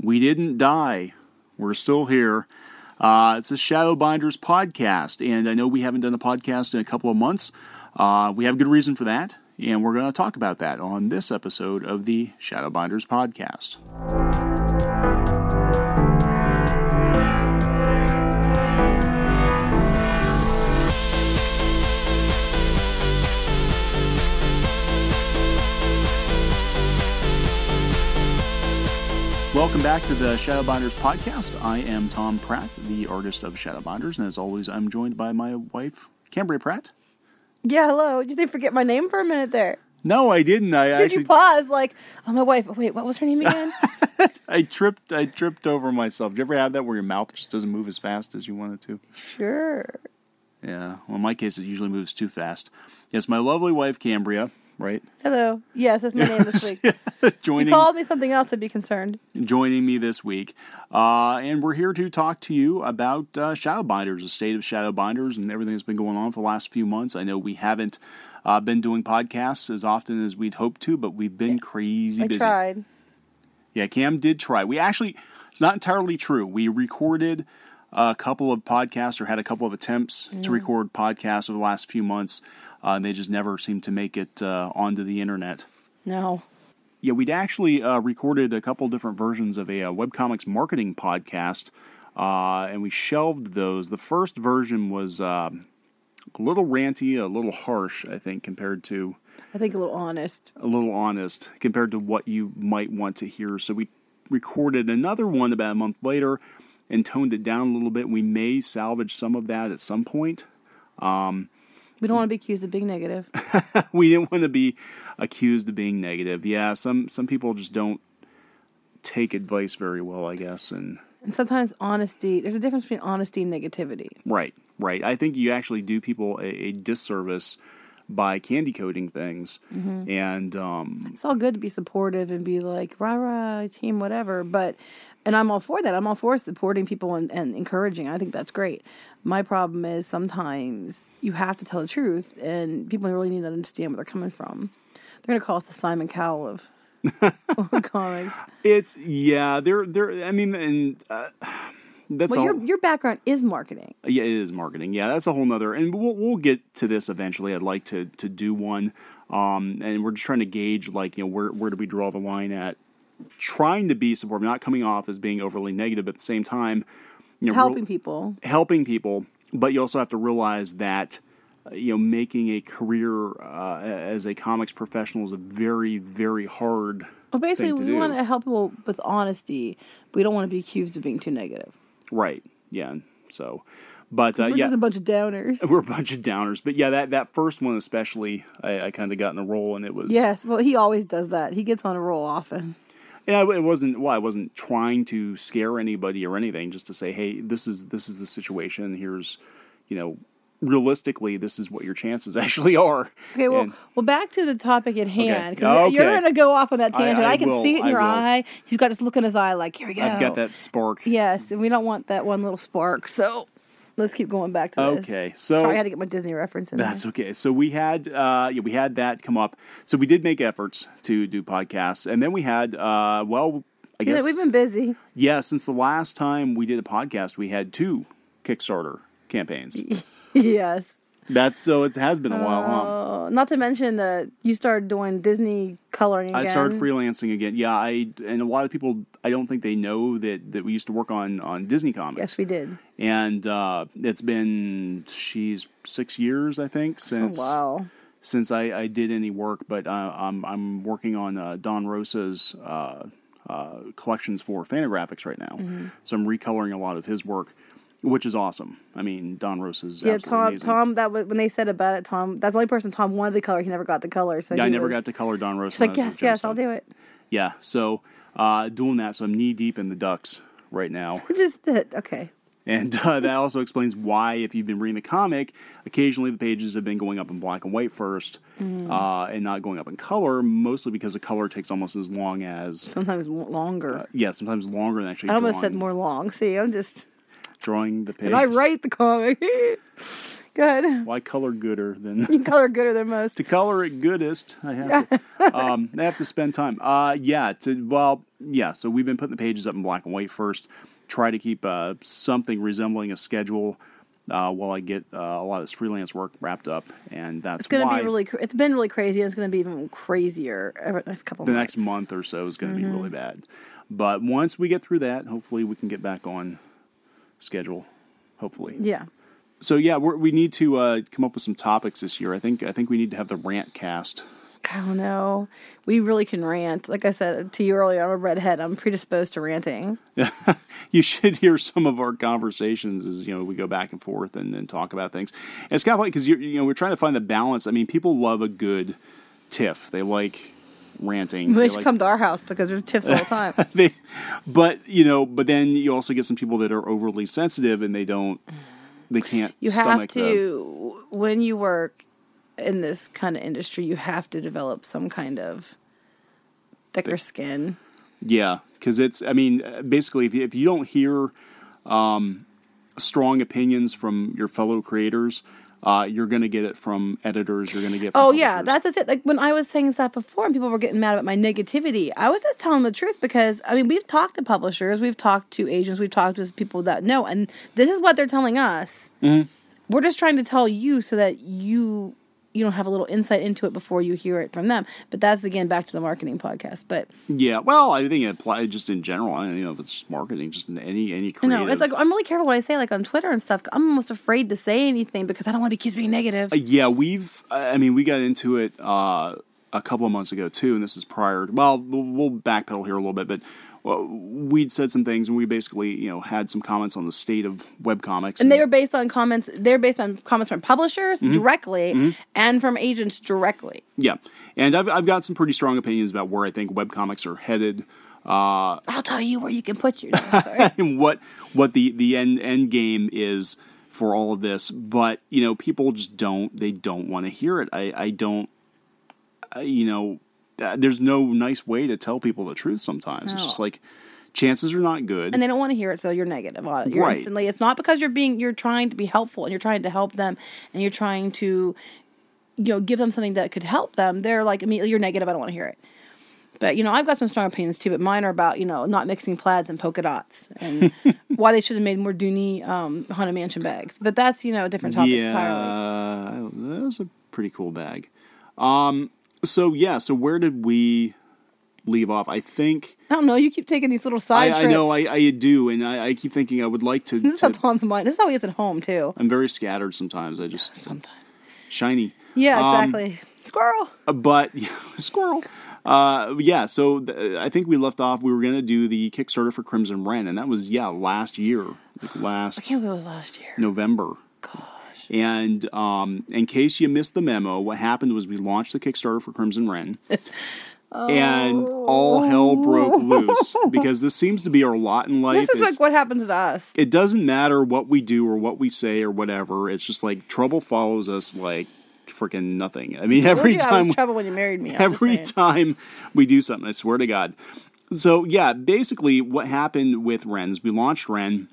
We didn't die. We're still here. Uh, it's the Shadowbinders podcast, and I know we haven't done a podcast in a couple of months. Uh, we have good reason for that, and we're going to talk about that on this episode of the Shadowbinders podcast. Welcome back to the Shadowbinders podcast. I am Tom Pratt, the artist of Shadowbinders, and as always, I'm joined by my wife, Cambria Pratt. Yeah, hello. Did they forget my name for a minute there? No, I didn't. I Did actually you pause like, oh my wife? Wait, what was her name again? I tripped I tripped over myself. Do you ever have that where your mouth just doesn't move as fast as you want it to? sure. Yeah. Well, in my case, it usually moves too fast. Yes, my lovely wife Cambria, right? Hello. Yes, that's my name this week. You joining called me something else. I'd be concerned. joining me this week, uh, and we're here to talk to you about uh, Shadowbinders, the state of Shadowbinders, and everything that's been going on for the last few months. I know we haven't uh, been doing podcasts as often as we'd hoped to, but we've been crazy I busy. tried. Yeah, Cam did try. We actually, it's not entirely true. We recorded a couple of podcasts or had a couple of attempts to record podcasts over the last few months, uh, and they just never seemed to make it uh, onto the internet. No. Yeah, we'd actually uh, recorded a couple different versions of a, uh webcomics marketing podcast, uh, and we shelved those. The first version was um a little ranty, a little harsh, I think, compared to I think a little honest. a little honest compared to what you might want to hear. So we recorded another one about a month later and toned it down a little bit. We may salvage some of that at some point. We don't want to be accused of being negative. we didn't want to be accused of being negative. Yeah, some some people just don't take advice very well, I guess, and And sometimes honesty, there's a difference between honesty and negativity. Right, right. I think you actually do people a, a disservice by candy coating things, and um, It's all good to be supportive and be like, rah, rah, team, whatever. But, and I'm all for that. I'm all for supporting people and, and encouraging. I think that's great. My problem is sometimes you have to tell the truth, and people really need to understand where they're coming from. They're going to call us the Simon Cowell of of comics. it's yeah. There, there. I mean, and uh, that's Well, all. your, your background is marketing. Yeah, it is marketing. Yeah, that's a whole nother, and we'll we'll get to this eventually. I'd like to to do one, um, and we're just trying to gauge like you know where where do we draw the line at trying to be supportive, not coming off as being overly negative, but at the same time, you know, rel- Helping people. helping people, but you also have to realize that uh, you know making a career uh, as a comics professional is a very very hard. Well, basically, thing to we do. want to help people with honesty, but we don't want to be accused of being too negative. right. Yeah. So, but uh, We're yeah, just a bunch of downers. we're a bunch of downers. But yeah, that that first one especially, I, I kind of got in a roll, and it was Yes, well, he always does that. He gets on a roll often. Yeah, it wasn't. Well, I wasn't trying to scare anybody or anything. Just to say, hey, this is this is the situation. Here's, you know, realistically, this is what your chances actually are. Okay, well, And- well, back to the topic at hand. 'cause Okay. You're going to go off on that tangent. I, I can will. see it in I your will. eye. He's got this look in his eye like, here we go. I've got that spark. Yes, and we don't want that one little spark. So let's keep going back to this. Okay, so- Sorry, I had to get my Disney reference in That's there. okay. So we had uh, yeah, we had that come up. So we did make efforts to do podcasts, and then we had uh, well, I guess Yeah, we've been busy. yeah. Since the last time we did a podcast, we had two Kickstarter campaigns. yes. That's so it has been a while, huh? Uh, not to mention that you started doing Disney coloring again. I started freelancing again. Yeah, I and a lot of people I don't think they know that that we used to work on on Disney comics. Yes, we did. And uh, it's been she's six years I think Oh, since wow. since I, I did any work. But uh, I'm I'm working on uh, Don Rosa's uh, uh, collections for Fantagraphics right now, Mm-hmm. so I'm recoloring a lot of his work, which is awesome. I mean, Don Rosa's Yeah, absolutely Tom. amazing. Tom. That was when they said about it. Tom. That's the only person Tom wanted the color. He never got the color. So Yeah, I he never was- got to color Don Rosa. He's like, yes, yes, I'll do it. Yeah, so uh, doing that, so I'm knee deep in the ducks right now. Just that. Okay. And uh, that also explains why, if you've been reading the comic, occasionally the pages have been going up in black and white first Mm. uh, and not going up in color, mostly because the color takes almost as long as, Sometimes w- longer. yeah, sometimes longer than actually I almost drawn. said more long. See, I'm just drawing the page. And I write the comic. Good. Why color gooder than You color gooder than most. to color it goodest, I have to, um, I have to spend time. Uh, yeah, to, well, yeah. So we've been putting the pages up in black and white first. Try to keep uh, something resembling a schedule uh, while I get uh, a lot of this freelance work wrapped up, and that's It's gonna why be really. cr- It's been really crazy. and It's gonna be even crazier every next couple. the next months. month or so is going to be Mm-hmm. really bad. But once we get through that, hopefully we can get back on schedule. Hopefully, Yeah. so yeah, we're, we need to uh, come up with some topics this year. I think I think we need to have the rant cast. I don't know. We really can rant. Like I said to you earlier, I'm a redhead. I'm predisposed to ranting. you should hear some of our conversations as you know we go back and forth and, and talk about things. And it's kind of like because you you know we're trying to find the balance. I mean, people love a good tiff. They like ranting. They They should like- come to our house because there's tiffs all the time. they, but you know, but then you also get some people that are overly sensitive and they don't. They can't. you have stomach the- to when you work in this kind of industry you have to develop some kind of thicker skin Yeah, because it's. I mean, uh, basically, if you, if you don't hear um, strong opinions from your fellow creators, uh, you're going to get it from editors. You're going to get. From oh yeah publishers. that's just it like when i was saying stuff before and people were getting mad about my negativity i was just telling the truth because i mean we've talked to publishers we've talked to agents we've talked to people that know and this is what they're telling us we're just trying to tell you so that you you know have a little insight into it before you hear it from them but that's again back to the marketing podcast but Yeah, well, I think it applies just in general. I don't know if it's marketing, just in any any creative. No, it's like I'm really careful what I say, like on Twitter and stuff. I'm almost afraid to say anything because I don't want to be accused of being negative. yeah, we've. I mean, we got into it uh, a couple of months ago too, and this is prior. Well, we'll we'll backpedal here a little bit, but well, we'd said some things, and we basically you know had some comments on the state of webcomics. and they were based on comments. They're based on comments from publishers Mm-hmm. directly and from agents directly. yeah, and I've I've got some pretty strong opinions about where I think webcomics are headed. I'll tell you where you can put your. no, sorry. and what what the the end end game is for all of this but you know people just don't they don't want to hear it i i don't I, you know uh, there's no nice way to tell people the truth sometimes it's No. just like chances are not good and they don't want to hear it, so you're negative on it. You're Right. instantly. It's not because you're being. You're trying to be helpful and you're trying to help them and you're trying to, you know, give them something that could help them. They're like immediately you're negative. I don't want to hear it. But you know, I've got some strong opinions too. But mine are about you know not mixing plaids and polka dots and why they should have made more Dooney um, haunted mansion bags. But that's you know a different topic entirely. yeah that was a pretty cool bag um so yeah so where did we leave off i think I don't know. You keep taking these little i, side I trips. know i i do and i, I keep thinking i would like to, this is how to- Tom's mind. This is how he is at home too. i'm very scattered sometimes i just Sometimes. shiny Yeah, Um, exactly. Squirrel. but yeah, squirrel. Uh, yeah, so th- I think we left off. We were gonna do the Kickstarter for Crimson Wren, and that was yeah last year, like I last can't believe it was last year. November. And um, in case you missed the memo, what happened was we launched the Kickstarter for Crimson Wren, and all hell broke loose because this seems to be our lot in life. Oh. This is is- like what happens to us. it doesn't matter what we do or what we say or whatever. It's just like trouble follows us like freaking nothing. I mean, every Well, yeah, I time was trouble when you married me. I'm just every saying. time we do something, I swear to God. So yeah, basically what happened with Ren is we launched Ren,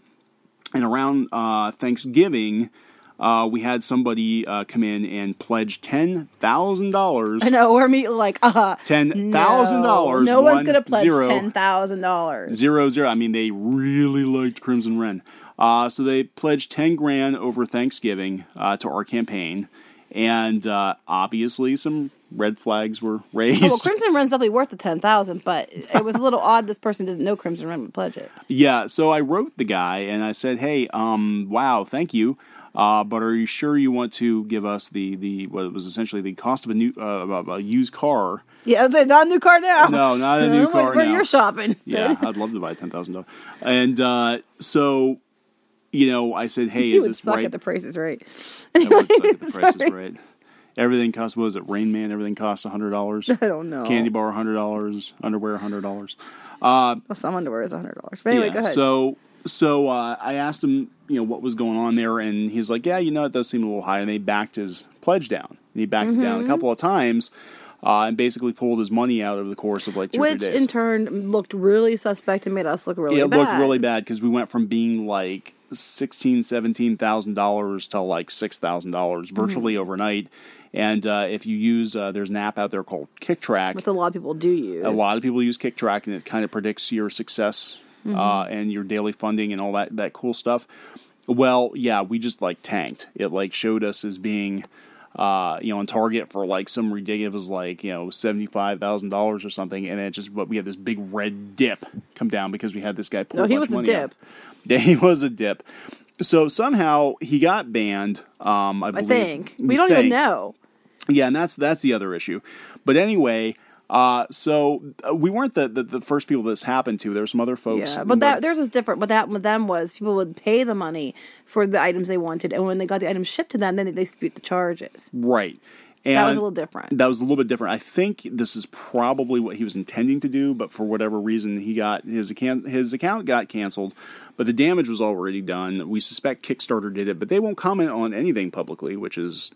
and around uh, Thanksgiving, uh, we had somebody uh, come in and pledge ten thousand dollars. I know we're meeting like uh Ten thousand dollars. No one's gonna pledge ten thousand dollars. Zero zero. I mean, they really liked Crimson Wren. Uh, so they pledged ten grand over Thanksgiving uh, to our campaign, and uh, obviously some red flags were raised. Oh, Well, Crimson Run's definitely worth the ten thousand, but it was a little odd. This person didn't know Crimson Run would pledge it. Yeah, so I wrote the guy and I said, "Hey, um, wow, thank you, uh, but are you sure you want to give us the the what was essentially the cost of a new uh, of a used car?" Yeah, I was like, not a new car now. No, not a new Like, car Where now. you're shopping? Yeah, I'd love to buy ten thousand dollars. And uh, so, you know, I said, "Hey, you is would this suck right?" at the prices, right? That would suck at the prices, right? Everything costs. What was it? Rain Man. Everything costs hundred dollars. I don't know. Candy bar, hundred dollars. Underwear, hundred dollars. Well, some underwear is hundred dollars. But anyway, yeah, go ahead. So so uh, I asked him, you know, what was going on there, and he's like, yeah, you know, it does seem a little high, and they backed his pledge down, and he backed it Mm-hmm. down a couple of times, uh, and basically pulled his money out over the course of like two or three Which days. in turn looked really suspect and made us look really it bad. looked really bad because we went from being like sixteen, seventeen thousand dollars to like six thousand dollars virtually Mm-hmm. overnight. And uh, if you use, uh, there's an app out there called KickTrack. With a lot of people do use. A lot of people use KickTrack, and it kind of predicts your success uh, Mm-hmm. and your daily funding and all that that cool stuff. Well, yeah, we just like tanked. It like showed us as being, uh, you know, on target for like some ridiculous like you know seventy five thousand dollars or something, and it just but we had this big red dip come down because we had this guy pull. No, a he bunch was of a money out. dip. Yeah, he was a dip. So somehow he got banned. Um, I, I believe. think. We don't even Think. know. Yeah, and that's that's the other issue. But anyway, uh, so uh, we weren't the, the the first people this happened to. There were some other folks. Yeah, but that theirs was different. What that with them was people would pay the money for the items they wanted, and when they got the items shipped to them, then they dispute the charges. right. And That was a little different. That was a little bit different. I think this is probably what he was intending to do, but for whatever reason, he got his account his account got canceled. But the damage was already done. We suspect Kickstarter did it, but they won't comment on anything publicly, which is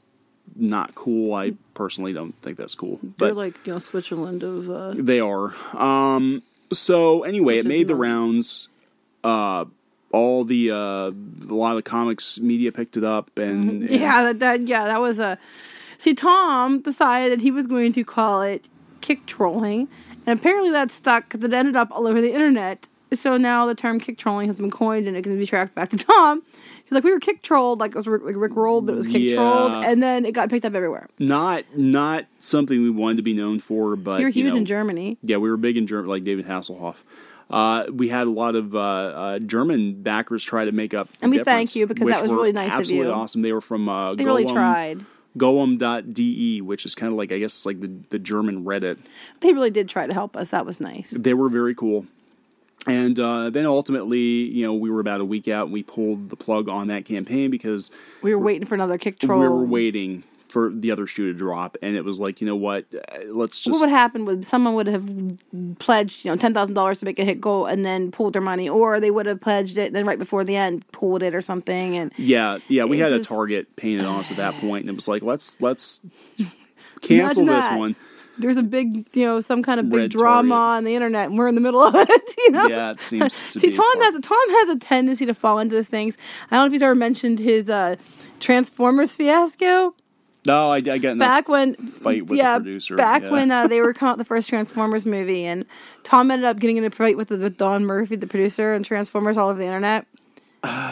not cool. I personally don't think that's cool. They're But like you know Switzerland of uh, They are. Um, so anyway, it made the rounds. Uh, all the uh, a lot of comics media picked it up, and, and yeah that, that yeah that was a see Tom decided he was going to call it kick trolling, and apparently that stuck because it ended up all over the internet. So now the term kick trolling has been coined and it can be tracked back to Tom. He's like, we were kick trolled, like it was Rick, like Rick rolled, but it was kick trolled, Yeah. and then it got picked up everywhere. not not something we wanted to be known for. But You're huge you know, in Germany. Yeah, we were big in Germany, like David Hasselhoff. Uh, we had a lot of uh, uh, German backers try to make up, the And we difference, thank you because which that was were really nice of absolutely you. Awesome. They were from uh, They really Golem- tried. Golem.de, E, which is kind of like I guess it's like the, the German Reddit. They really did try to help us. That was nice. they were very cool. And uh, then ultimately, you know, we were about a week out and we pulled the plug on that campaign because We were waiting for another kick troll. we were waiting for the other shoe to drop. And it was like, you know what? Uh, Let's What just. would happen was someone would have pledged, you know, ten thousand dollars to make a hit goal, and then pulled their money, or they would have pledged it, and then right before the end pulled it or something. And yeah, yeah, we It had a just- target painted on us at that point, and it was like, let's let's cancel Nudge this that. one. There's a big, you know, some kind of big Red drama target. on the internet, and we're in the middle of it. You know. Yeah, it seems to See, be Tom part- has a Tom has a tendency to fall into these things. I don't know if he's ever mentioned his uh, Transformers fiasco. No, I, I got in that back when fight with the yeah, producer, Back yeah. when uh, they were coming out the first Transformers movie, and Tom ended up getting in a fight with with Don Murphy, the producer, and Transformers all over the internet.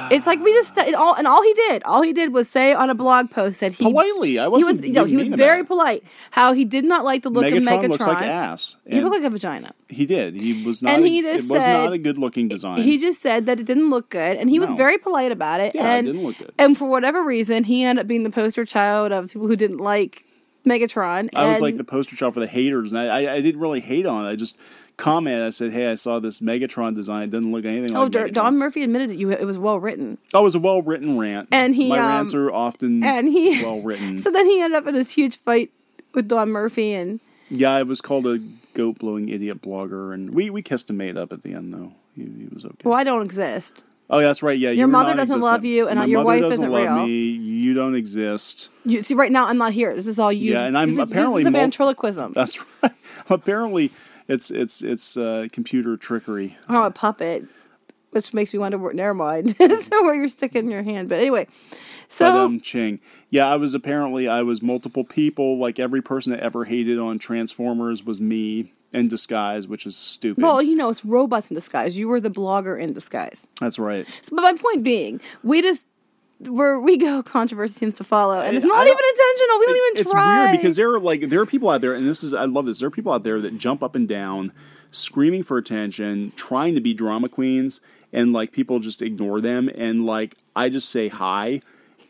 It's like we just it all and all he did, all he did was say on a blog post that he politely. Oh, I he wasn't. was you know, he being was mean very about polite. How he did not like the look it. of Megatron, Megatron. looks like ass. he and looked like a vagina. he did. He was not. And a, he it just was said- not a good looking design. He just said that it didn't look good, and he was No. very polite about it. Yeah, it and, didn't look good. And for whatever reason, he ended up being the poster child of people who didn't like Megatron. I was and- like the poster child for the haters, and I, I, I didn't really hate on it. I just commented. I said, "Hey, I saw this Megatron design. It Mm. doesn't look anything Oh, like Dur- Megatron." Don Murphy admitted it. You it was well written, That was a well written rant, And he, my um, rants are often and he well written. So then he ended up in this huge fight with Don Murphy, and yeah, I was called a goat blowing idiot blogger, and we we kissed and made up at the end though. He, he was okay. well, I don't exist. Oh, that's right. Yeah, your mother doesn't love you, and my your mother wife doesn't isn't love real. me. You don't exist. You see, right now I'm not here. This is all you. Yeah, and I'm this is- this apparently is a mul- Uh. ventriloquism. That's right. Apparently, it's it's it's uh, computer trickery. I'm a puppet, which makes me wonder. Where, never mind. so where you're sticking your hand, but anyway. So Mm. But um, Ching, yeah, I was apparently I was multiple people. Like every person that ever hated on Transformers was me in disguise, which is stupid. well, you know, it's robots in disguise. You were the blogger in disguise. That's right. But my point being, we just where we go, controversy seems to follow, and it's I not don't- even intentional. We don't even it's try. weird because there are like there are people out there, and this is I love this. There are people out there that jump up and down, screaming for attention, trying to be drama queens, and like people just ignore them. And like I just say hi,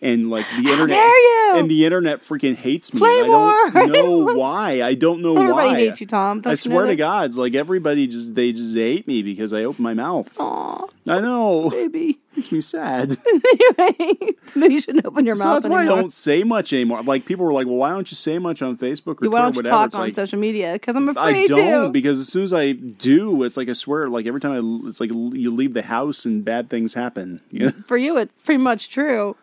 and like the internet dare you! and the internet freaking hates me. Flame and I war! don't know why. I don't know Everybody why. hates you, Tom. Don't I you swear know to that? God, it's like everybody just they just hate me because I open my mouth. Aw, I know it baby. makes me sad. anyway, maybe you shouldn't open your So mouth that's why I anymore. don't say much anymore. Like people were like, "Well, why don't you say much on Facebook or Why Twitter, don't you whatever?" talk it's on like social media? Because I'm afraid I don't to. because as soon as I do, it's like I swear, like every time I, it's like you leave the house and bad things happen. You know? For you, it's pretty much true.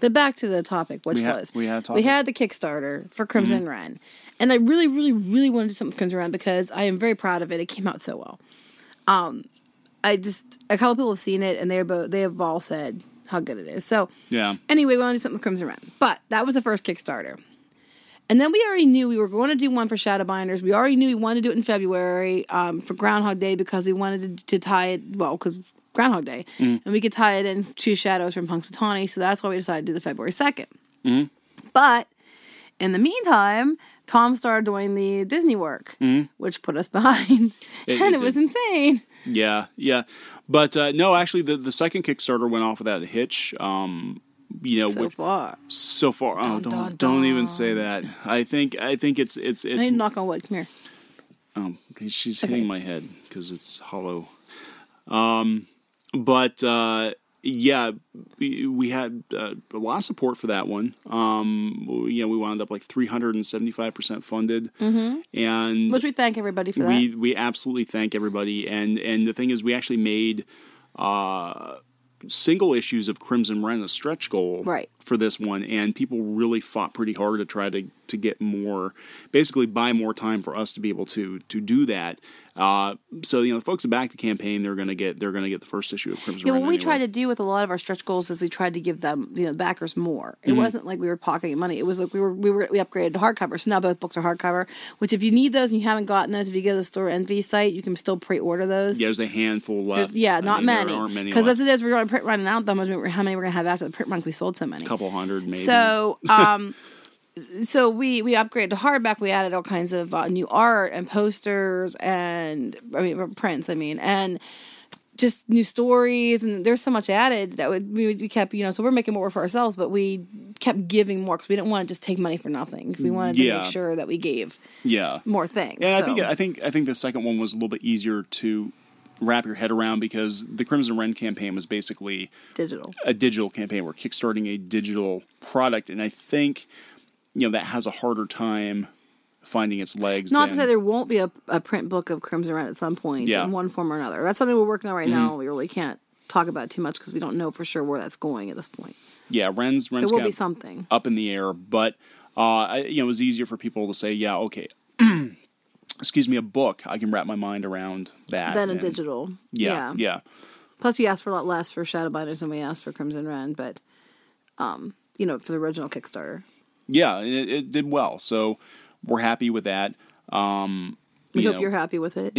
But back to the topic, which We had- was we had a we topic. Mm-hmm. had the Kickstarter for Crimson Run, and I really, really, really wanted to do something with Crimson Run because I am very proud of it. It came out so well. Um, I just a couple people have seen it and they're both they have all said how good it is. So Yeah. anyway, we want to do something with Crimson Run, but that was the first Kickstarter. And then we already knew we were going to do one for Shadowbinders. We already knew we wanted to do it in February um, for Groundhog Day because we wanted to, to tie it well because Groundhog Day, Mm. and we could tie it in to Shadows from Punxsutawney. So that's why we decided to do the February 2nd Mm-hmm. But in the meantime, Tom started doing the Disney work, which put us behind, Mm-hmm. It- and it it was did. insane. Yeah, yeah. But uh, no, actually, the, the second Kickstarter went off without a hitch. Um, you know, so which, far. so far. Oh, Dun, don't dun, don't even dun. say that. I think I think it's it's I it's. need to knock on wood. Come here. Um, she's hitting my head because it's hollow. Um, but uh, yeah, we, we had uh, a lot of support for that one. Um, you know, we wound up like three hundred and seventy five percent funded, and Which we thank everybody for that. we we absolutely thank everybody and and the thing is we actually made uh single issues of crimson wren a stretch goal Right. for this one and people really fought pretty hard to try to to get more basically buy more time for us to be able to to do that uh so you know the folks that back the campaign they're gonna get they're gonna get the first issue of crimson Yeah, wren what we anyway. tried to do with a lot of our stretch goals is we tried to give them, you know, backers more. Mm-hmm. It wasn't like we were pocketing money. It was like we were we were we upgraded to hardcover. So now both books are hardcover. Which if you need those and you haven't gotten those, if you go to the store envy site, you can still pre-order those. yeah, there's a handful left yeah, I not mean, there aren't many. many Because left. as it is, we're going to print running out. Them as we- how many we're going to have after the print run? 'cause We sold so many. a couple hundred maybe So, um, so we we upgraded to hardback. We added all kinds of uh, new art and posters and I mean prints. I mean and just new stories and there's so much added that would we, we kept you know so we're making more work for ourselves but we kept giving more because we didn't want to just take money for nothing we wanted to Yeah. make sure that we gave yeah more things Yeah, So- I think I think I think the second one was a little bit easier to wrap your head around because the Crimson Wren campaign was basically digital a digital campaign. We're kickstarting a digital product, and I think you know that has a harder time finding its legs. Not to than- say there won't be a, a print book of Crimson Red at some point Yeah. Mm-hmm. in one form or another. That's something we're working on right now. We really can't talk about too much because we don't know for sure where that's going at this point. yeah, Wren's Wren's There will kind be of something. up in the air, but uh, I, you know it was easier for people to say, yeah, okay. Excuse me, a book. I can wrap my mind around that. Then a and- digital. Yeah, yeah, Plus, we asked for a lot less for Shadowbinders than we asked for Crimson Ren, but, um, you know, for the original Kickstarter. yeah. and it, it did well, so we're happy with that. Um, We you hope know. you're happy with it.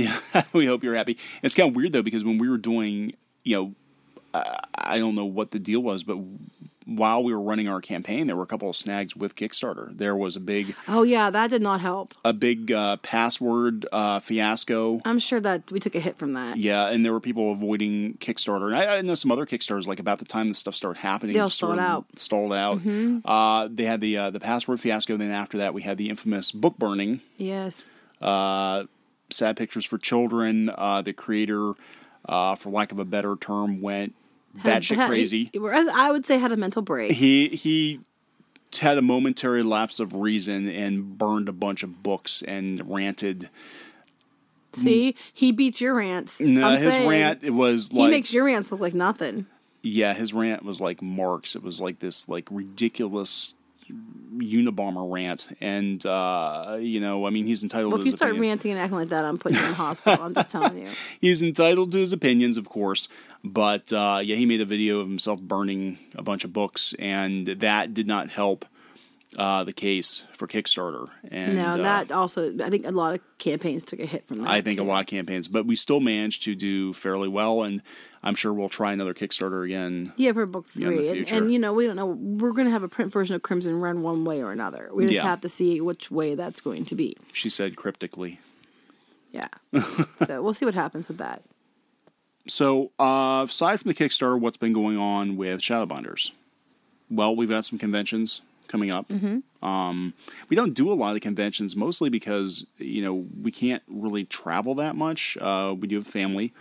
we hope you're happy. It's kind of weird though because when we were doing, you know, I, I don't know what the deal was, but while we were running our campaign, there were a couple of snags with Kickstarter. There was a big, Oh, yeah, that did not help. a big uh, password uh, fiasco. I'm sure that we took a hit from that. Yeah, and there were people avoiding Kickstarter, and I, I know some other Kickstarters. Like about the time this stuff started happening, They all it sort stalled of out. Mm-hmm. Stalled out. Uh, they had the uh, the password fiasco. Then after that, we had the infamous book burning. Yes. uh, Sad Pictures for Children. Uh, the creator, uh, for lack of a better term, went batshit Had- crazy. Whereas I would say had a mental break. He he had a momentary lapse of reason and burned a bunch of books and ranted. See, he beats your rants. No, I'm uh, his saying, rant it was He like makes your rants look like nothing. yeah, his rant was like Marx. It was like this like ridiculous Unabomber rant, and uh, you know, I mean, he's entitled. Well, to if you his start opinions. ranting and acting like that, I'm putting you in the hospital. I'm just telling you. he's entitled to his opinions, of course. But uh, yeah, he made a video of himself burning a bunch of books, and that did not help uh, the case for Kickstarter. And No, uh, that also, I think a lot of campaigns took a hit from that. I think a too. lot of campaigns, but we still managed to do fairly well, and I'm sure we'll try another Kickstarter again. Yeah, for book in the three, and, future. and you know we don't know. We're going to have a print version of Crimson Run one way or another. We just Yeah. have to see which way that's going to be. She said cryptically. Yeah, so we'll see what happens with that. So, uh, aside from the Kickstarter, what's been going on with Shadowbinders? Well, we've got some conventions coming up. Mm-hmm. Um, we don't do a lot of conventions, mostly because you know we can't really travel that much. Uh, we do have family,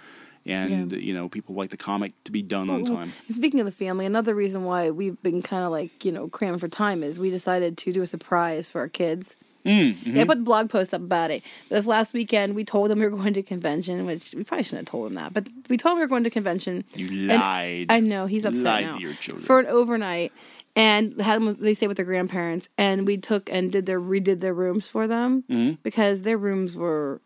and you know people like the comic to be done on time. Mm-hmm. Speaking of the family, another reason why we've been kind of like you know cramming for time is we decided to do a surprise for our kids. Mm-hmm. Yeah, I put a blog post up about it. This last weekend, we told them we were going to convention, which we probably shouldn't have told them that, but we told them we were going to convention. You And lied. I know he's upset Lied now. to your children. For an overnight, and had them they stayed with their grandparents, Mm-hmm. and we took and did their redid their rooms for them because their rooms were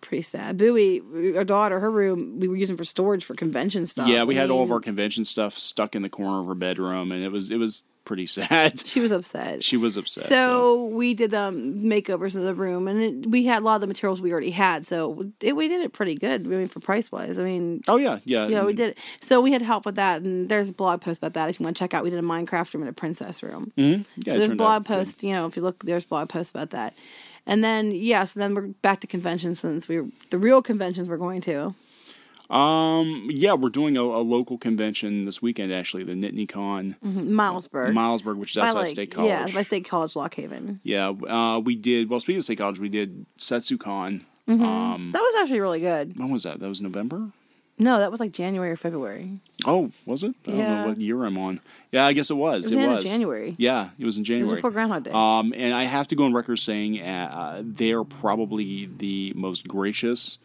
pretty sad. Bowie, our daughter, her room we were using for storage for convention stuff. Yeah, we I had all of mean, our convention stuff stuck in the corner of her bedroom, and it was it was pretty sad. She was upset. she was upset. so, we did um makeovers of the room, and it, we had a lot of the materials we already had. So it, we did it pretty good. I mean, for price wise, I mean, oh yeah, yeah, yeah, we did. It. So we had help with that, and there's a blog post about that if you want to check out. We did a Minecraft room and a princess room. Mm-hmm. Yeah, it so there's turned blog out good. posts, you know, if you look, there's blog posts about that. And then yeah, so then we're back to conventions since we were, the real conventions we're going to. Um, yeah, we're doing a, a local convention this weekend. Actually, the Nittany Con Milesburg. Milesburg, which is Mm-hmm. outside By, like- State Yeah, College. by State College Lock Haven. Yeah, uh, we did. Well, speaking of State College, we did SetsuCon. Um, That was actually really good. when was that? That was November. No, that was like January or February. Oh, was it? I don't Yeah. know what year I'm on. Yeah, I guess it was. was It the end of was January. Yeah, it was in It was January. before Groundhog Day. Um, and I have to go on record saying uh, they are probably the most gracious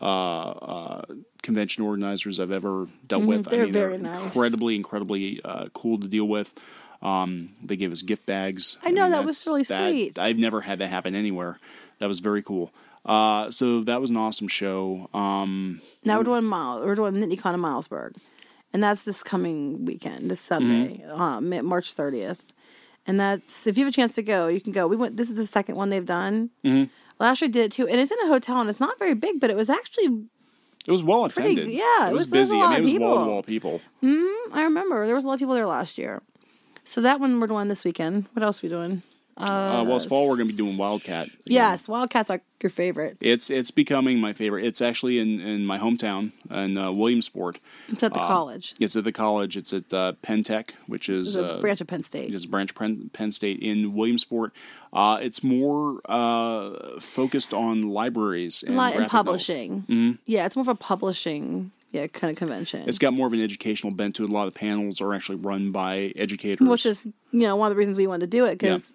uh, uh, convention organizers I've ever dealt with. Mm-hmm. they're I mean, very they're nice. incredibly, incredibly uh, cool to deal with. Um, they gave us gift bags. I know, that was that's- really that- sweet. I've never had that happen anywhere. That was very cool. Uh, so that was an awesome show. Um, now we're doing Miles. We're doing NittyCon in Milesburg, and that's this coming weekend, this Sunday, um, at March thirtieth. And that's if you have a chance to go, you can go. We went. This is the second one they've done. Mm-hmm. Last year I did too, and it's in a hotel, and it's not very big, but it was actually it was well Pretty- attended. yeah, it it was, was- there was a busy. I lot mean, of it was wall to people. wall people. I remember there was a lot of people there last year. So that one we're doing this weekend. What else we doing? Uh, well, it's fall. We're going to be doing Wildcat. again. Yes, Wildcats are your favorite. It's it's becoming my favorite. It's actually in, in my hometown in uh, Williamsport. It's at the college. It's at the college. It's at uh, Penn Tech, which is It's a uh, branch of Penn State. is branch Penn, Penn State in Williamsport. Uh, it's more uh, focused on libraries and, Li- and graphic novels. publishing. Yeah, it's more of a publishing yeah kind of convention, It's got more of an educational bent to it. A lot of the panels are actually run by educators. which is you know one of the reasons we wanted to do it because Yeah.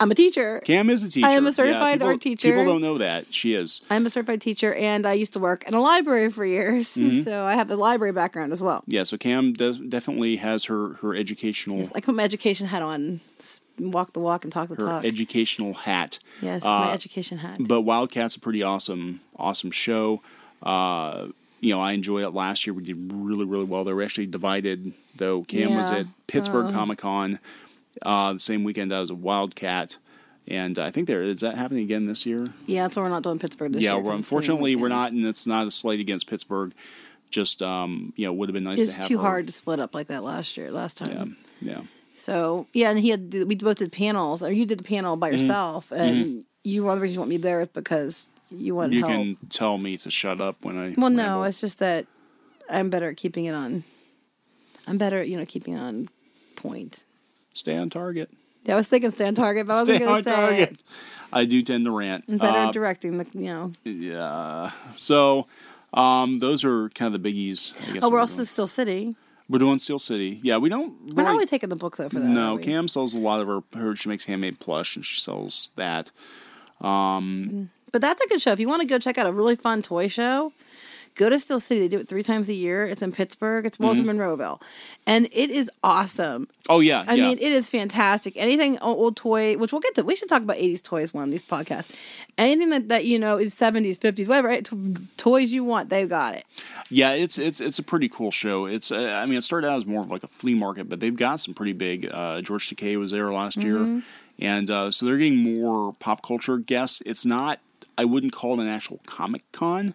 I'm a teacher. Cam is a teacher. am a Yeah, certified people- art teacher. People don't know that she is. I'm a certified teacher, and I used to work in a library for years, so I have the library background as well. Mm-hmm. Yeah, so Cam does, definitely has her her educational I put my education hat on, s- walk the walk and talk the her talk. educational hat. yes, uh, my education hat. but Wildcat's a pretty awesome, awesome show. Uh, you know, I enjoyed it last year. We did really, really well there. We actually divided, though. Cam was Yeah. Oh. at Pittsburgh Comic Con uh, the same weekend I was at Wildcat. And I think there is that happening again this year. Yeah, that's why we're not doing Pittsburgh this yeah, year. we're, 'cause it's the same unfortunately we're weekend. not, and it's not a slight against Pittsburgh. Just um, you know, would have been nice to It's have. too her. hard to split up like that last year, last time. Yeah, yeah. So yeah, and he had to do, we both did panels, or you did the panel by Mm-hmm. yourself, and you one of the reasons you want me there is because you want You help. can tell me to shut up when I. well, ramble. no, it's just that I'm better at keeping it on. I'm better at you know keeping on point. stay on target. Yeah, I was thinking stay on target, but I wasn't Stay going on to say target. it. I do tend to rant. I'm better Uh, at directing the you know. Yeah. So um, those are kind of the biggies. I guess Oh, we're we're also doing. still city. we're doing Steel City. Yeah, we don't. We're not really- really taking the book though for that. no, are we? Cam sells a lot of her, her. She makes handmade plush and she sells that. But that's a good show. If you want to go check out a really fun toy show, go to Steel City. They do it three times a year. It's in Pittsburgh. It's Walls Mm-hmm. and Monroeville, and it is awesome. Oh yeah, I yeah. mean, it is fantastic. Anything o- old toy, which we'll get to. We should talk about '80s toys one of these podcasts. Anything that, that you know is '70s, '50s, whatever right? to- toys you want, they've got it. yeah, it's it's it's a pretty cool show. It's uh, I mean, it started out as more of like a flea market, but they've got some pretty big. Uh, George Takei was there last Mm-hmm. year, and uh, so they're getting more pop culture guests. It's not. I wouldn't call it an actual comic con.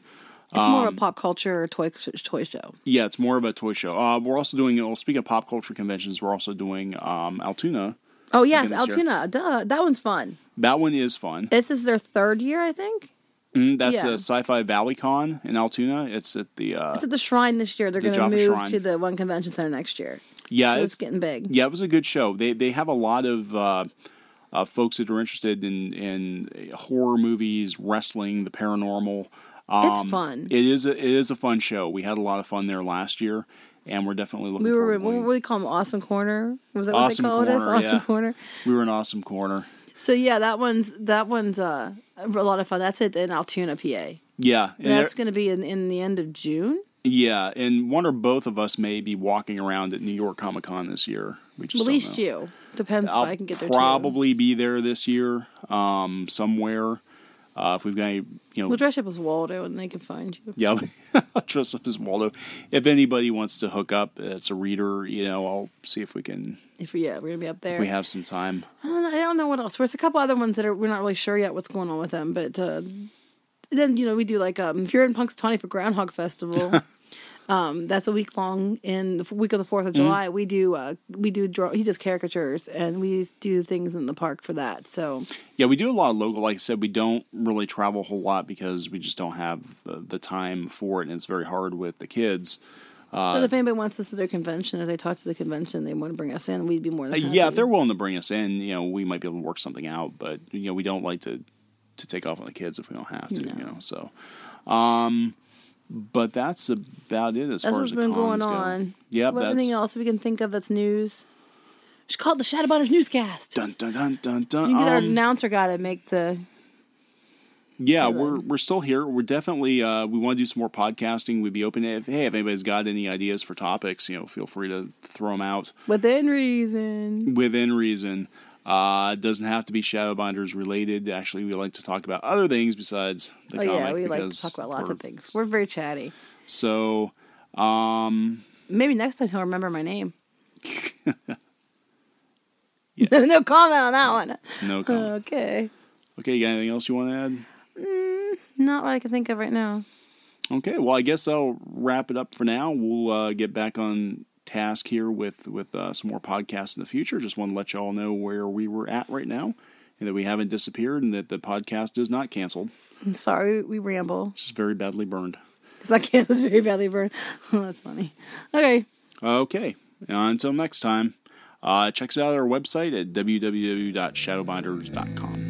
It's Um, more of a pop culture toy toy show. Yeah, it's more of a toy show. Uh, we're also doing. Well, speaking of pop culture conventions, we're also doing um, Altoona. Oh yes, this year. Altoona. Duh, that one's fun. That one is fun. This is their third year, I think. Mm, That's yeah. a Sci-Fi Valley Con in Altoona. It's at the uh, It's at the Shrine this year. They're The going to Jaffa move Shrine. to the One Convention Center next year. yeah, So it's, it's getting big. yeah. It was a good show. They they have a lot of uh, uh, folks that are interested in in horror movies, wrestling, the paranormal. Um, fun. It is a, it is a fun show. We had a lot of fun there last year, and we're definitely looking. We forward were to what doing- do they call them? Awesome Corner. Was that what Awesome they called Corner, us? Awesome yeah. Corner. we were in awesome corner. So yeah, that one's that one's uh, a lot of fun. That's it in Altoona, PA. And Yeah, and there- that's going to be in, in the end of June. Yeah, and one or both of us may be walking around at New York Comic Con this year. We just At don't least know. you depends I'll if I can get there. too. probably be there this year, um, somewhere. Uh, if we've got any, you know, Well, dress up as Waldo and they can find you. yeah, dress up as Waldo. If anybody wants to hook up, that's a reader. You know, I'll see if we can. If yeah, we're gonna be up there. If we have some time. I don't know- I don't know what else. There's a couple other ones that are we're not really sure yet what's going on with them, but uh, then you know we do like um, if you're in Punxsutawney for Groundhog Festival, um, that's a week long in the f- week of the Fourth Mm-hmm. of July. We do uh, we do draw. He does caricatures, and we do things in the park for that. So Yeah, we do a lot of local. Like I said, we don't really travel a whole lot because we just don't have uh, the time for it, and it's very hard with the kids. Uh, but if anybody wants us to their convention, if they talk to the convention, they want to bring us in, we'd be more than happy. uh, Yeah, if they're willing to bring us in, you know, we might be able to work something out. But you know, we don't like to to take off on the kids if we don't have to. You know, so. Um, but that's about it as That's far what's as been the going cons go. on. Yep, What that's anything else we can think of that's news? Just call it the Shadowbinders newscast. dun dun dun dun dun. You can get our Um, announcer guy to make the yeah, we're we're still here. We're definitely uh, we want to do some more podcasting. We'd be open if hey if anybody's got any ideas for topics, you know, feel free to throw them out. within reason. within reason. Uh, it doesn't have to be Shadowbinders related. Actually, we like to talk about other things besides the Oh comic. yeah, we like to because talk about lots we're- of things. We're very chatty. So Maybe next time he'll remember my name. no comment on that one. no comment. Okay. okay, you got anything else you want to add? Not what I can think of right now. Okay, well, I guess that'll wrap it up for now. We'll uh, get back on task here with with uh, some more podcasts in the future. Just want to let you all know where we were at right now, and that we haven't disappeared, and that the podcast is not canceled. I'm sorry we ramble. It's just very badly burned. Because I can't listen very badly burned. Oh, that's funny. Okay. Okay. Until next time, uh, check us out at our website at www.shadowbinders.com.